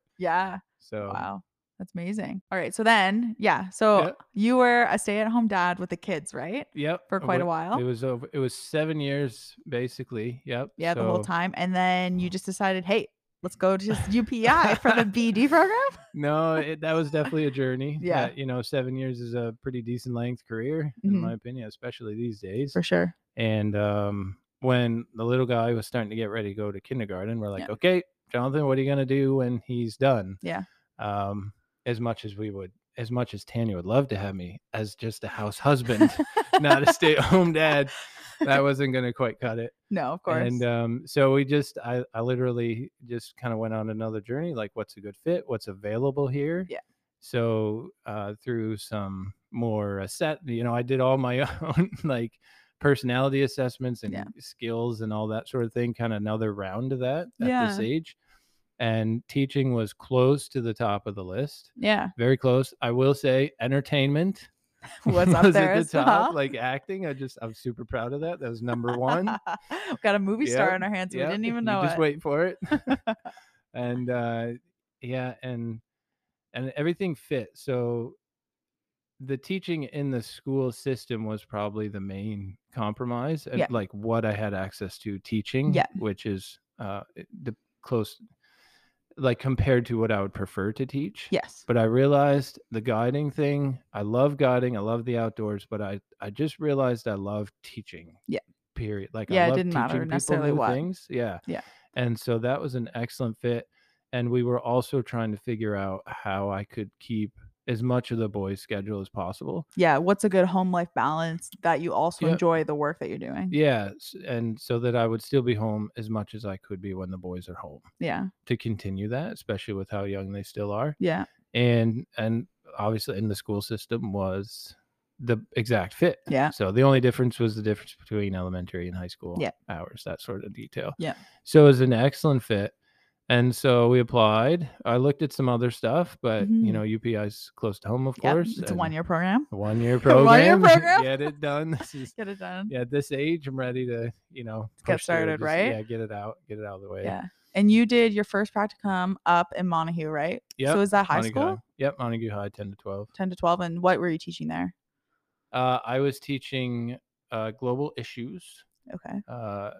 Speaker 3: So
Speaker 1: Wow. That's amazing. All right. So then, yeah. So
Speaker 3: Yeah.
Speaker 1: you were a stay-at-home dad with the kids, right?
Speaker 3: Yep.
Speaker 1: For
Speaker 3: uh,
Speaker 1: quite a while.
Speaker 3: It was over it was seven years basically. Yep.
Speaker 1: Yeah, the whole
Speaker 3: so-
Speaker 1: time. And then you just decided, hey, let's go to UPI for the BD program.
Speaker 3: No, it, that was definitely a journey.
Speaker 1: Yeah.
Speaker 3: that, you know, seven years is a pretty decent length career, in
Speaker 1: Mhm.
Speaker 3: my opinion, especially these days.
Speaker 1: For sure.
Speaker 3: And um when the little guy was starting to get ready to go to kindergarten, we're like,
Speaker 1: Yeah.
Speaker 3: Okay, Jonathan, what are you gonna do when he's done?
Speaker 1: Yeah.
Speaker 3: Um, as much as we would as much as Tanya would love to have me as just a house husband, not a stay at home dad. That wasn't gonna quite cut it.
Speaker 1: No, of course.
Speaker 3: And um, so we just, I, I literally just kind of went on another journey like, what's a good fit? What's available here?
Speaker 1: Yeah.
Speaker 3: So uh, through some more uh, set, you know, I did all my own like personality assessments and
Speaker 1: Yeah.
Speaker 3: skills and all that sort of thing, kind of another round of that at this
Speaker 1: Yeah.
Speaker 3: age. And teaching was close to the top of the list,
Speaker 1: yeah.
Speaker 3: very close. I will say, entertainment
Speaker 1: What's up
Speaker 3: was
Speaker 1: there
Speaker 3: at the
Speaker 1: as
Speaker 3: top,
Speaker 1: well?
Speaker 3: like acting. I just, I'm super proud of that. That was number one.
Speaker 1: We've got a movie star
Speaker 3: Yep,
Speaker 1: in our hands.
Speaker 3: Yep,
Speaker 1: We didn't
Speaker 3: if
Speaker 1: even
Speaker 3: you
Speaker 1: know
Speaker 3: Just
Speaker 1: it.
Speaker 3: wait for it. and uh, yeah, and and everything fit. So the teaching in the school system was probably the main compromise, and
Speaker 1: Yeah.
Speaker 3: like what I had access to teaching,
Speaker 1: Yeah.
Speaker 3: which is uh, it- the close, like compared to what I would prefer to teach.
Speaker 1: Yes.
Speaker 3: But I realized the guiding thing. I love guiding. I love the outdoors, but I I just realized I love teaching.
Speaker 1: Yeah.
Speaker 3: Period. Like
Speaker 1: Yeah,
Speaker 3: I
Speaker 1: it
Speaker 3: love
Speaker 1: didn't matter
Speaker 3: teaching people
Speaker 1: necessarily
Speaker 3: new
Speaker 1: what.
Speaker 3: things. Yeah.
Speaker 1: Yeah.
Speaker 3: And so that was an excellent fit. and we were also trying to figure out how I could keep as much of the boys' schedule as possible.
Speaker 1: Yeah. What's a good home life balance that you also
Speaker 3: Yep.
Speaker 1: enjoy the work that you're doing?
Speaker 3: Yeah, s- and so that I would still be home as much as I could be when the boys are home
Speaker 1: Yeah.
Speaker 3: to continue that, especially with how young they still are.
Speaker 1: Yeah.
Speaker 3: And and obviously in the school system was the exact fit.
Speaker 1: Yeah.
Speaker 3: So the only difference was the difference between elementary and high school
Speaker 1: Yeah.
Speaker 3: hours, that sort of detail.
Speaker 1: Yeah.
Speaker 3: So it was an excellent fit. And so we applied. I looked at some other stuff, but you
Speaker 1: Mhm.
Speaker 3: know, UPI's close to home, of
Speaker 1: Yep,
Speaker 3: course.
Speaker 1: It's a
Speaker 3: and
Speaker 1: one year program.
Speaker 3: a one-year
Speaker 1: A one-year
Speaker 3: program.
Speaker 1: program.
Speaker 3: Get it done. This is
Speaker 1: Get it done.
Speaker 3: yeah, at this age, I'm ready to, you know,
Speaker 1: get
Speaker 3: push through,
Speaker 1: started,
Speaker 3: just-
Speaker 1: right?
Speaker 3: Yeah, get it out, get it out of the way.
Speaker 1: Yeah. And you did your first practicum up in Montague, right?
Speaker 3: Yep,
Speaker 1: So is that high
Speaker 3: Montague
Speaker 1: school?
Speaker 3: Yep, Montague High, 10 to 12.
Speaker 1: 10 to 12. And what were you teaching there?
Speaker 3: Uh, I was teaching uh, global issues
Speaker 1: Okay.
Speaker 3: uh,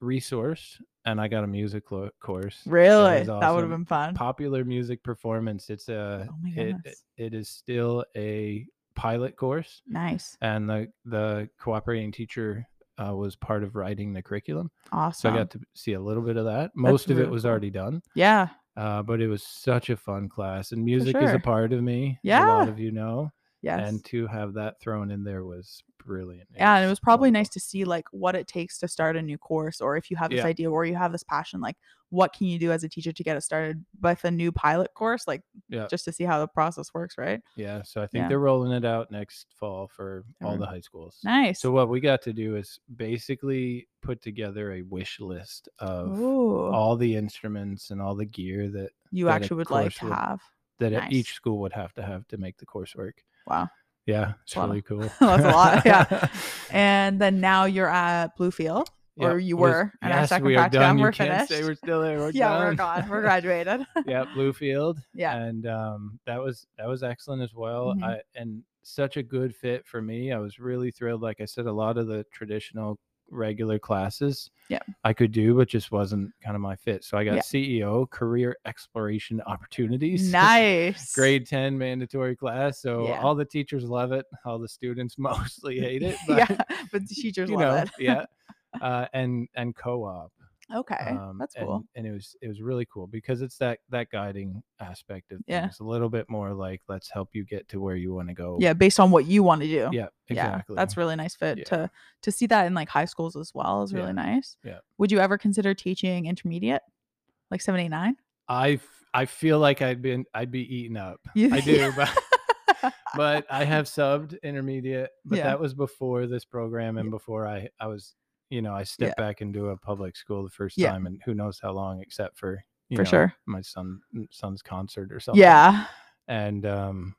Speaker 3: resource, and I got a music lo- course.
Speaker 1: Really?
Speaker 3: was
Speaker 1: That, would have
Speaker 3: awesome.
Speaker 1: been fun.
Speaker 3: Popular music performance. It's a,
Speaker 1: Oh my
Speaker 3: it,
Speaker 1: goodness.
Speaker 3: it is still a pilot course,
Speaker 1: nice.
Speaker 3: and the, the cooperating teacher uh, was part of writing the curriculum. So
Speaker 1: Awesome.
Speaker 3: I got to see a little bit of that. Most of
Speaker 1: really
Speaker 3: it was
Speaker 1: cool.
Speaker 3: already done.
Speaker 1: yeah.
Speaker 3: uh, but it was such a fun class and music is a
Speaker 1: sure.
Speaker 3: part of me as a lot
Speaker 1: Yeah.
Speaker 3: of you know
Speaker 1: Yes.
Speaker 3: and to have that thrown in there was brilliant
Speaker 1: yeah, and it was probably nice
Speaker 3: wonderful.
Speaker 1: to see like what it takes to start a new course, or if you have this
Speaker 3: Yeah.
Speaker 1: idea or you have this passion, like what can you do as a teacher to get it started with a new pilot course, like
Speaker 3: Yeah.
Speaker 1: just to see how the process works, right?
Speaker 3: yeah so i think
Speaker 1: Yeah.
Speaker 3: they're rolling it out next fall for all
Speaker 1: Everyone-
Speaker 3: the high schools
Speaker 1: Nice.
Speaker 3: so uh, what we got to do is basically put together a wish list of
Speaker 1: Ooh,
Speaker 3: all the instruments and all the gear that
Speaker 1: you
Speaker 3: that a
Speaker 1: actually would like
Speaker 3: course
Speaker 1: to
Speaker 3: would-
Speaker 1: have.
Speaker 3: that
Speaker 1: Nice.
Speaker 3: each school would have to have to make the coursework
Speaker 1: Wow.
Speaker 3: yeah it's
Speaker 1: Wow.
Speaker 3: really cool
Speaker 1: That's a lot, yeah. And then now you're at Bluefield.
Speaker 3: Yeah,
Speaker 1: or you
Speaker 3: was-
Speaker 1: were in our
Speaker 3: yes,
Speaker 1: second
Speaker 3: we are
Speaker 1: practicum.
Speaker 3: done.
Speaker 1: We're
Speaker 3: you can't say
Speaker 1: finished.
Speaker 3: we're still there. We're
Speaker 1: yeah,
Speaker 3: done.
Speaker 1: we're gone. We're graduated.
Speaker 3: yeah, Bluefield.
Speaker 1: yeah.
Speaker 3: and um, that was that was excellent as well
Speaker 1: Mhm.
Speaker 3: I, and such a good fit for me i was really thrilled like i said a lot of the traditional regular classes
Speaker 1: Yeah.
Speaker 3: i could do but just wasn't kind of my fit so i got
Speaker 1: Yeah.
Speaker 3: ceo career exploration opportunities
Speaker 1: Nice.
Speaker 3: grade 10 mandatory class so
Speaker 1: Yeah.
Speaker 3: all the teachers love it all the students mostly hate it but
Speaker 1: yeah, but the teachers
Speaker 3: you
Speaker 1: love
Speaker 3: know
Speaker 1: it.
Speaker 3: yeah uh, and and co-op
Speaker 1: Okay,
Speaker 3: um,
Speaker 1: that's cool.
Speaker 3: And, and it was it was really cool because it's that that guiding aspect of
Speaker 1: Yeah.
Speaker 3: things. A little bit more like let's help you get to where you want to go.
Speaker 1: yeah, based on what you want to do.
Speaker 3: Yeah. Exactly.
Speaker 1: that's really nice fit
Speaker 3: Yeah.
Speaker 1: to to see that in like high schools as well is really
Speaker 3: Yeah,
Speaker 1: nice.
Speaker 3: yeah.
Speaker 1: Would you ever consider teaching intermediate, like seven eight nine?
Speaker 3: I f- I feel like I'd been I'd be eaten up.
Speaker 1: You-
Speaker 3: I do, but but I have subbed intermediate, but
Speaker 1: Yeah.
Speaker 3: that was before this program
Speaker 1: Yeah.
Speaker 3: and before I I was you know I stepped back into a public school the first
Speaker 1: Yeah.
Speaker 3: time and who knows how long except for you
Speaker 1: For
Speaker 3: know,
Speaker 1: sure.
Speaker 3: my son mm, son's concert or something.
Speaker 1: yeah,
Speaker 3: and um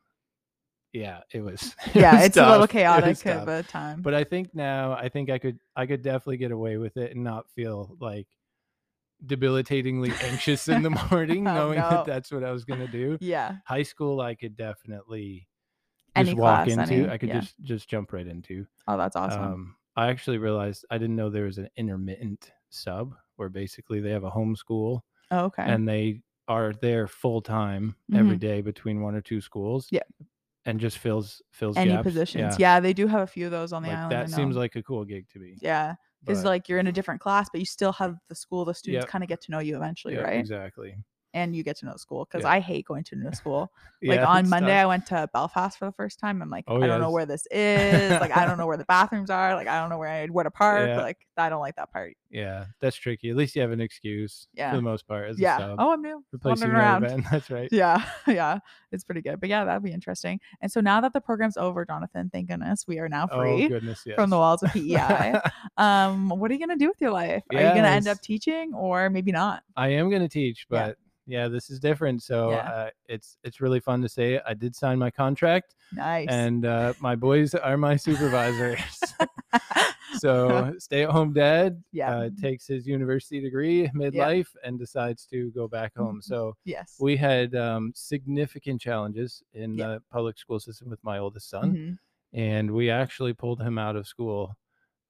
Speaker 3: yeah it was it
Speaker 1: yeah,
Speaker 3: was
Speaker 1: it's a little
Speaker 3: tough. It was
Speaker 1: chaotic
Speaker 3: tough.
Speaker 1: of a time.
Speaker 3: but i think now i think i could i could definitely get away with it and not feel like debilitatingly anxious in the morning
Speaker 1: Oh,
Speaker 3: knowing
Speaker 1: no.
Speaker 3: that that's what i was going to do
Speaker 1: yeah,
Speaker 3: high school i could definitely just
Speaker 1: Any
Speaker 3: walk
Speaker 1: class,
Speaker 3: into
Speaker 1: any-
Speaker 3: i could
Speaker 1: yeah.
Speaker 3: just just jump right into
Speaker 1: oh, that's awesome.
Speaker 3: um i actually realized i didn't know there was an intermittent sub where basically they have a homeschool
Speaker 1: oh, okay, Mm-hmm.
Speaker 3: and they are there full time every day between one or two schools.
Speaker 1: Yeah.
Speaker 3: and just fills fills
Speaker 1: any
Speaker 3: gaps.
Speaker 1: positions?
Speaker 3: Yeah,
Speaker 1: Yeah. they do have a few of those on the
Speaker 3: Like,
Speaker 1: island.
Speaker 3: that
Speaker 1: I
Speaker 3: seems
Speaker 1: know.
Speaker 3: like a cool gig to be.
Speaker 1: yeah, because
Speaker 3: but-
Speaker 1: like you're in a different class, but you still have the school. The students
Speaker 3: Yep.
Speaker 1: kind of get to know you eventually,
Speaker 3: yeah,
Speaker 1: right?
Speaker 3: exactly.
Speaker 1: And you get to know the school because
Speaker 3: Yeah.
Speaker 1: I hate going to a new school.
Speaker 3: Yeah,
Speaker 1: like on
Speaker 3: it's
Speaker 1: Monday, I
Speaker 3: tough.
Speaker 1: went to Belfast for the first time. I'm like,
Speaker 3: Oh,
Speaker 1: I don't know
Speaker 3: yes.
Speaker 1: where this is. Like, I don't know where the bathrooms are. Like, I don't know where I where to park.
Speaker 3: Yeah.
Speaker 1: Like, I don't like that part.
Speaker 3: Yeah, that's tricky. At least you have an excuse
Speaker 1: Yeah.
Speaker 3: for the most part as
Speaker 1: yeah.
Speaker 3: a sub.
Speaker 1: Oh, I'm new.
Speaker 3: replacing
Speaker 1: wandering
Speaker 3: your
Speaker 1: around.
Speaker 3: event. That's right.
Speaker 1: Yeah, yeah, it's pretty good. But yeah, that'd be interesting. And so now that the program's over, Jonathan, thank goodness we are now
Speaker 3: Oh
Speaker 1: free
Speaker 3: goodness, yes.
Speaker 1: from the walls of PEI. um, what are you gonna do with your life? Are you gonna end
Speaker 3: Yes.
Speaker 1: up teaching or maybe not?
Speaker 3: I am going to teach,
Speaker 1: Yeah.
Speaker 3: but yeah. this is different. So
Speaker 1: Yeah.
Speaker 3: uh, it's it's really fun to say. I did sign my contract,
Speaker 1: Nice.
Speaker 3: and uh, my boys are my supervisors. so stay at home dad
Speaker 1: yeah.
Speaker 3: uh, takes his university degree midlife and decides to go back home.
Speaker 1: Mm-hmm.
Speaker 3: So
Speaker 1: yes.
Speaker 3: we had um, significant challenges in
Speaker 1: Yeah.
Speaker 3: the public school system with my oldest son,
Speaker 1: Mhm.
Speaker 3: and we actually pulled him out of school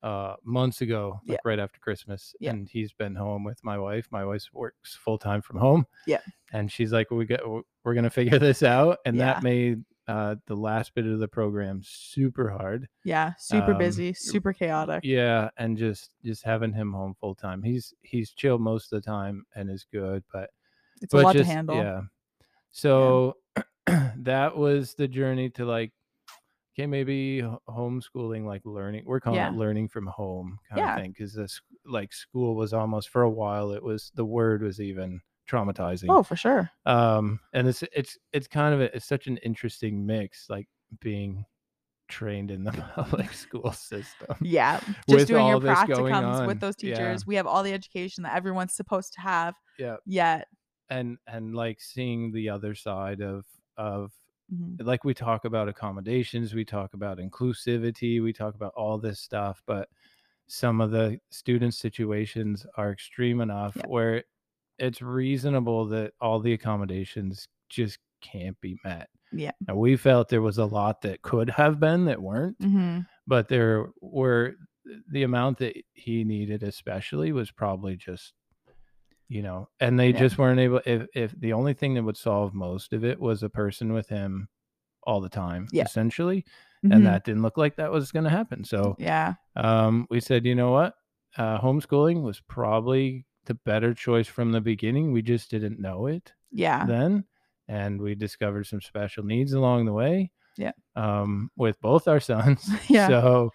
Speaker 3: uh, months ago,
Speaker 1: Yeah.
Speaker 3: like right after Christmas.
Speaker 1: Yeah.
Speaker 3: And he's been home with my wife. My wife works full time from home.
Speaker 1: Yeah.
Speaker 3: and she's like, "We got, we're gonna figure this out," and
Speaker 1: Yeah.
Speaker 3: that made uh, the last bit of the program super hard.
Speaker 1: Yeah. Super
Speaker 3: um,
Speaker 1: busy. Super chaotic.
Speaker 3: Yeah, and just just having him home full time. He's he's chill most of the time and is good, but
Speaker 1: It's a lot to handle.
Speaker 3: Yeah. So that was the journey to like, okay, maybe h- homeschooling, like learning. We're calling
Speaker 1: Yeah.
Speaker 3: it learning from home kind
Speaker 1: Yeah.
Speaker 3: of thing because this like school was almost for a while. It was the word was even traumatizing.
Speaker 1: Oh, for sure.
Speaker 3: Um, and it's it's it's kind of a, it's such an interesting mix, like being trained in the public school system.
Speaker 1: Yeah. Just
Speaker 3: With
Speaker 1: doing your
Speaker 3: all this going
Speaker 1: practicums
Speaker 3: on,
Speaker 1: with those
Speaker 3: yeah.
Speaker 1: teachers. We have all the education that everyone's supposed to have.
Speaker 3: Yeah.
Speaker 1: Yet.
Speaker 3: and and like seeing the other side of of
Speaker 1: Mhm.
Speaker 3: like we talk about accommodations we talk about inclusivity we talk about all this stuff but some of the student situations are extreme enough
Speaker 1: Yep.
Speaker 3: where it's reasonable that all the accommodations just can't be met
Speaker 1: Yeah.
Speaker 3: now we felt there was a lot that could have been that weren't
Speaker 1: Mhm.
Speaker 3: but there were the amount that he needed especially was probably just you know and they
Speaker 1: Yeah.
Speaker 3: just weren't able if if the only thing that would solve most of it was a person with him all the time
Speaker 1: Yeah.
Speaker 3: essentially
Speaker 1: Mhm.
Speaker 3: and that didn't look like that was going to happen so
Speaker 1: Yeah.
Speaker 3: um we said you know what uh homeschooling was probably the better choice from the beginning we just didn't know it
Speaker 1: Yeah.
Speaker 3: then and we discovered some special needs along the way
Speaker 1: Yeah.
Speaker 3: um with both our sons
Speaker 1: Yeah.
Speaker 3: so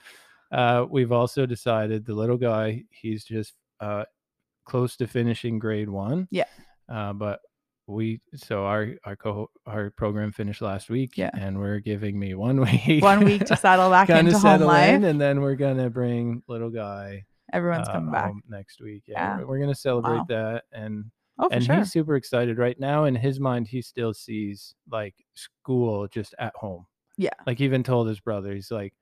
Speaker 3: uh we've also decided the little guy he's just uh close to finishing grade one
Speaker 1: Yeah.
Speaker 3: uh but we so our our co our program finished last week
Speaker 1: Yeah.
Speaker 3: and we're giving me one week
Speaker 1: One week to settle back
Speaker 3: kind
Speaker 1: into
Speaker 3: of
Speaker 1: home
Speaker 3: settle in
Speaker 1: life.
Speaker 3: and then we're gonna bring little guy
Speaker 1: Everyone's
Speaker 3: uh,
Speaker 1: coming back.
Speaker 3: home next week yeah,
Speaker 1: Yeah.
Speaker 3: we're gonna celebrate
Speaker 1: Wow.
Speaker 3: that and
Speaker 1: Oh, for
Speaker 3: and
Speaker 1: sure.
Speaker 3: he's super excited right now in his mind he still sees like school just at home
Speaker 1: Yeah.
Speaker 3: like he even told his brother he's like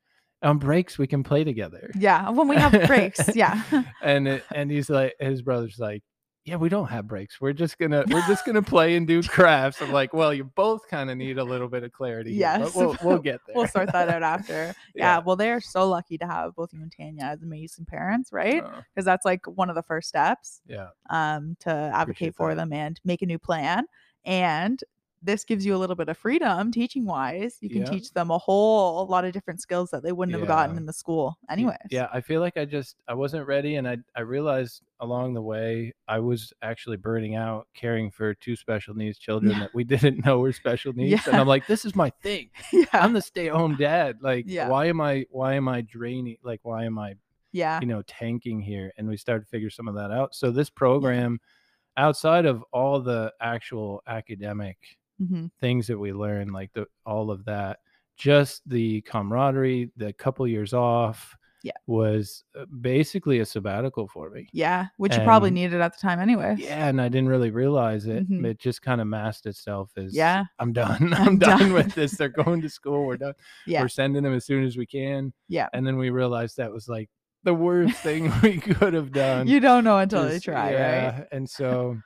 Speaker 3: on breaks we can play together
Speaker 1: Yeah. When we have breaks. Yeah.
Speaker 3: and it, and he's like his brother's like yeah we don't have breaks we're just gonna we're just gonna play and do crafts i'm like well you both kind of need a little bit of clarity here, but
Speaker 1: Yes.
Speaker 3: we'll, we'll get there
Speaker 1: we'll sort that out after. Yeah. Well, they are so lucky to have both you and Tanya as amazing parents, right?
Speaker 3: Uh,
Speaker 1: Because that's like one of the first steps
Speaker 3: yeah
Speaker 1: um, to advocate for
Speaker 3: that.
Speaker 1: them and make a new plan. And this gives you a little bit of freedom teaching wise. You can
Speaker 3: Yeah.
Speaker 1: teach them a whole lot of different skills that they wouldn't have gotten
Speaker 3: Yeah.
Speaker 1: in the school,
Speaker 3: Y-
Speaker 1: anyways.
Speaker 3: Yeah, I feel like I just I wasn't ready and I I realized along the way I was actually burning out caring for two special needs children
Speaker 1: Yeah.
Speaker 3: that we didn't know were special needs. And
Speaker 1: Yeah.
Speaker 3: I'm like, this is my thing.
Speaker 1: Yeah.
Speaker 3: I'm the stay-at-home dad. Like
Speaker 1: Yeah.
Speaker 3: why am I why am I draining like why am I,
Speaker 1: Yeah.
Speaker 3: you know, tanking here? And we started to figure some of that out. So this program outside of all the actual academic
Speaker 1: Mhm.
Speaker 3: things that we learn, like the all of that, just the camaraderie, the couple years off,
Speaker 1: Yeah.
Speaker 3: was uh, basically a sabbatical for me.
Speaker 1: Yeah. Which you probably
Speaker 3: And-
Speaker 1: needed at the time, anyway.
Speaker 3: Yeah, and I didn't really realize it.
Speaker 1: Mhm.
Speaker 3: It just kind of masked itself as
Speaker 1: Yeah.
Speaker 3: I'm done. I'm,
Speaker 1: I'm
Speaker 3: done,
Speaker 1: done."
Speaker 3: with this. They're going to school. We're done.
Speaker 1: Yeah.
Speaker 3: We're sending them as soon as we can.
Speaker 1: Yeah.
Speaker 3: And then we realized that was like the worst thing we could have done.
Speaker 1: You don't know until they
Speaker 3: Just-
Speaker 1: try, right?
Speaker 3: yeah, And so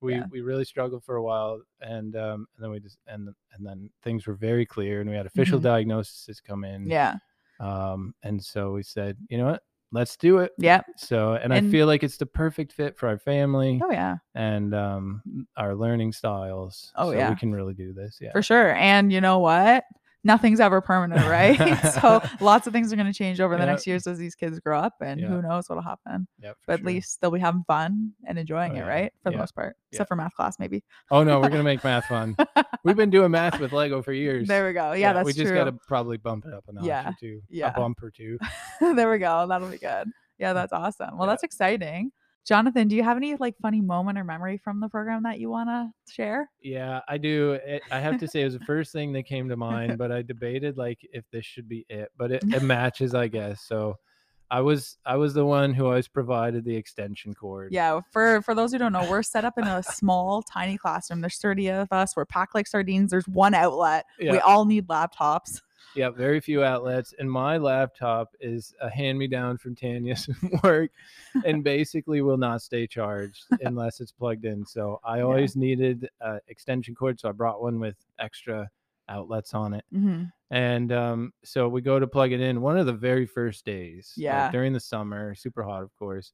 Speaker 3: we
Speaker 1: Yeah.
Speaker 3: we really struggled for a while, and um, and then we just and and then things were very clear, and we had official
Speaker 1: Mhm.
Speaker 3: diagnoses come in.
Speaker 1: Yeah.
Speaker 3: Um, and so we said, you know what, let's do it.
Speaker 1: Yeah.
Speaker 3: So, and, I
Speaker 1: And-
Speaker 3: feel like it's the perfect fit for our family
Speaker 1: Oh, yeah.
Speaker 3: and um our learning styles.
Speaker 1: Oh,
Speaker 3: so
Speaker 1: yeah.
Speaker 3: we can really do this. Yeah,
Speaker 1: For sure. And you know what? Nothing's ever permanent, right? so lots of things are going to change over the
Speaker 3: Yeah.
Speaker 1: next years as these kids grow up, and
Speaker 3: Yeah.
Speaker 1: who knows what'll happen.
Speaker 3: Yep, for
Speaker 1: But at
Speaker 3: sure.
Speaker 1: least they'll be having fun and enjoying
Speaker 3: Oh,
Speaker 1: it,
Speaker 3: yeah.
Speaker 1: right? For
Speaker 3: Yeah.
Speaker 1: the most part,
Speaker 3: Yeah.
Speaker 1: except for math class, maybe.
Speaker 3: Oh no, we're gonna make math fun. We've been doing math with Lego for years.
Speaker 1: there we go. Yeah, that's
Speaker 3: we just
Speaker 1: true.
Speaker 3: gotta probably bump it up a notch
Speaker 1: Yeah,
Speaker 3: or two.
Speaker 1: yeah.
Speaker 3: a bump or two.
Speaker 1: there we go. That'll be good. Yeah, that's awesome. Well,
Speaker 3: Mm. Yeah.
Speaker 1: that's exciting. Jonathan, do you have any like funny moment or memory from the program that you want to share?
Speaker 3: Yeah, I do. It, I have to say, it was the first thing that came to mind, but I debated like if this should be it, but it, it matches, I guess. So, I was I was the one who always provided the extension cord.
Speaker 1: Yeah, for for those who don't know, we're set up in a small, tiny classroom. There's 30 of us. We're packed like sardines. There's one outlet. We
Speaker 3: yeah,
Speaker 1: all need laptops.
Speaker 3: yeah. Very few outlets, and my laptop is a hand me down from Tanya's work, and basically will not stay charged unless it's plugged in. So I always needed an extension cord, so I brought one with extra outlets on it. And um, so we go to plug it in one of the very first days, like,
Speaker 1: Yeah.
Speaker 3: during the summer, super hot, of course.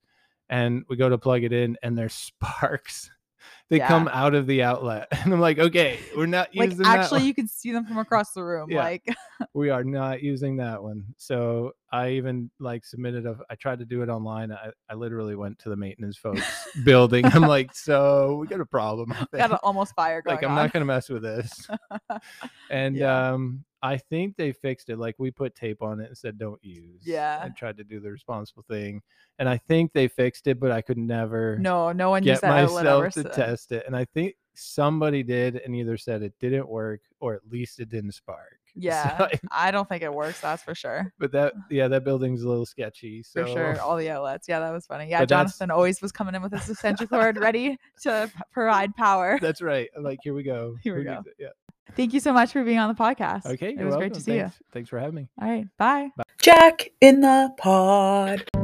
Speaker 3: And we go to plug it in, and there's sparks They
Speaker 1: Yeah.
Speaker 3: come out of the outlet, and I'm like, okay, we're not
Speaker 1: Like
Speaker 3: using that
Speaker 1: actually,
Speaker 3: one.
Speaker 1: you could see them from across the room.
Speaker 3: Yeah.
Speaker 1: Like
Speaker 3: we are not using that one. So I even like submitted a. I tried to do it online. I, I literally went to the maintenance folks building. I'm like, so we got a problem. I
Speaker 1: got oh an
Speaker 3: think."
Speaker 1: almost fire going
Speaker 3: like I'm
Speaker 1: on.
Speaker 3: not gonna mess with this. And
Speaker 1: Yeah.
Speaker 3: um, I think they fixed it. Like we put tape on it and said don't use.
Speaker 1: Yeah.
Speaker 3: And tried to do the responsible thing. And I think they fixed it, but I could never
Speaker 1: no, no one used
Speaker 3: get
Speaker 1: that outlet ever.
Speaker 3: myself to
Speaker 1: since.
Speaker 3: test it. And I think somebody did and either said it didn't work or at least it didn't spark. So
Speaker 1: Yeah, I don't think it works. That's for sure.
Speaker 3: but that yeah, that building's a little sketchy. So
Speaker 1: For sure, all the outlets. Yeah, that was funny. Yeah,
Speaker 3: But that's-
Speaker 1: Jonathan always was coming in with his extension cord ready to p- provide power.
Speaker 3: that's right. I'm like, here we go.
Speaker 1: Here we
Speaker 3: Who
Speaker 1: go.
Speaker 3: needs it? Yeah.
Speaker 1: Thank you so much for being on the podcast.
Speaker 3: Okay.
Speaker 1: it
Speaker 3: you're
Speaker 1: was
Speaker 3: welcome.
Speaker 1: great to see
Speaker 3: Thanks- Thanks for having me.
Speaker 1: you. All right, bye.
Speaker 2: Jack in the pod.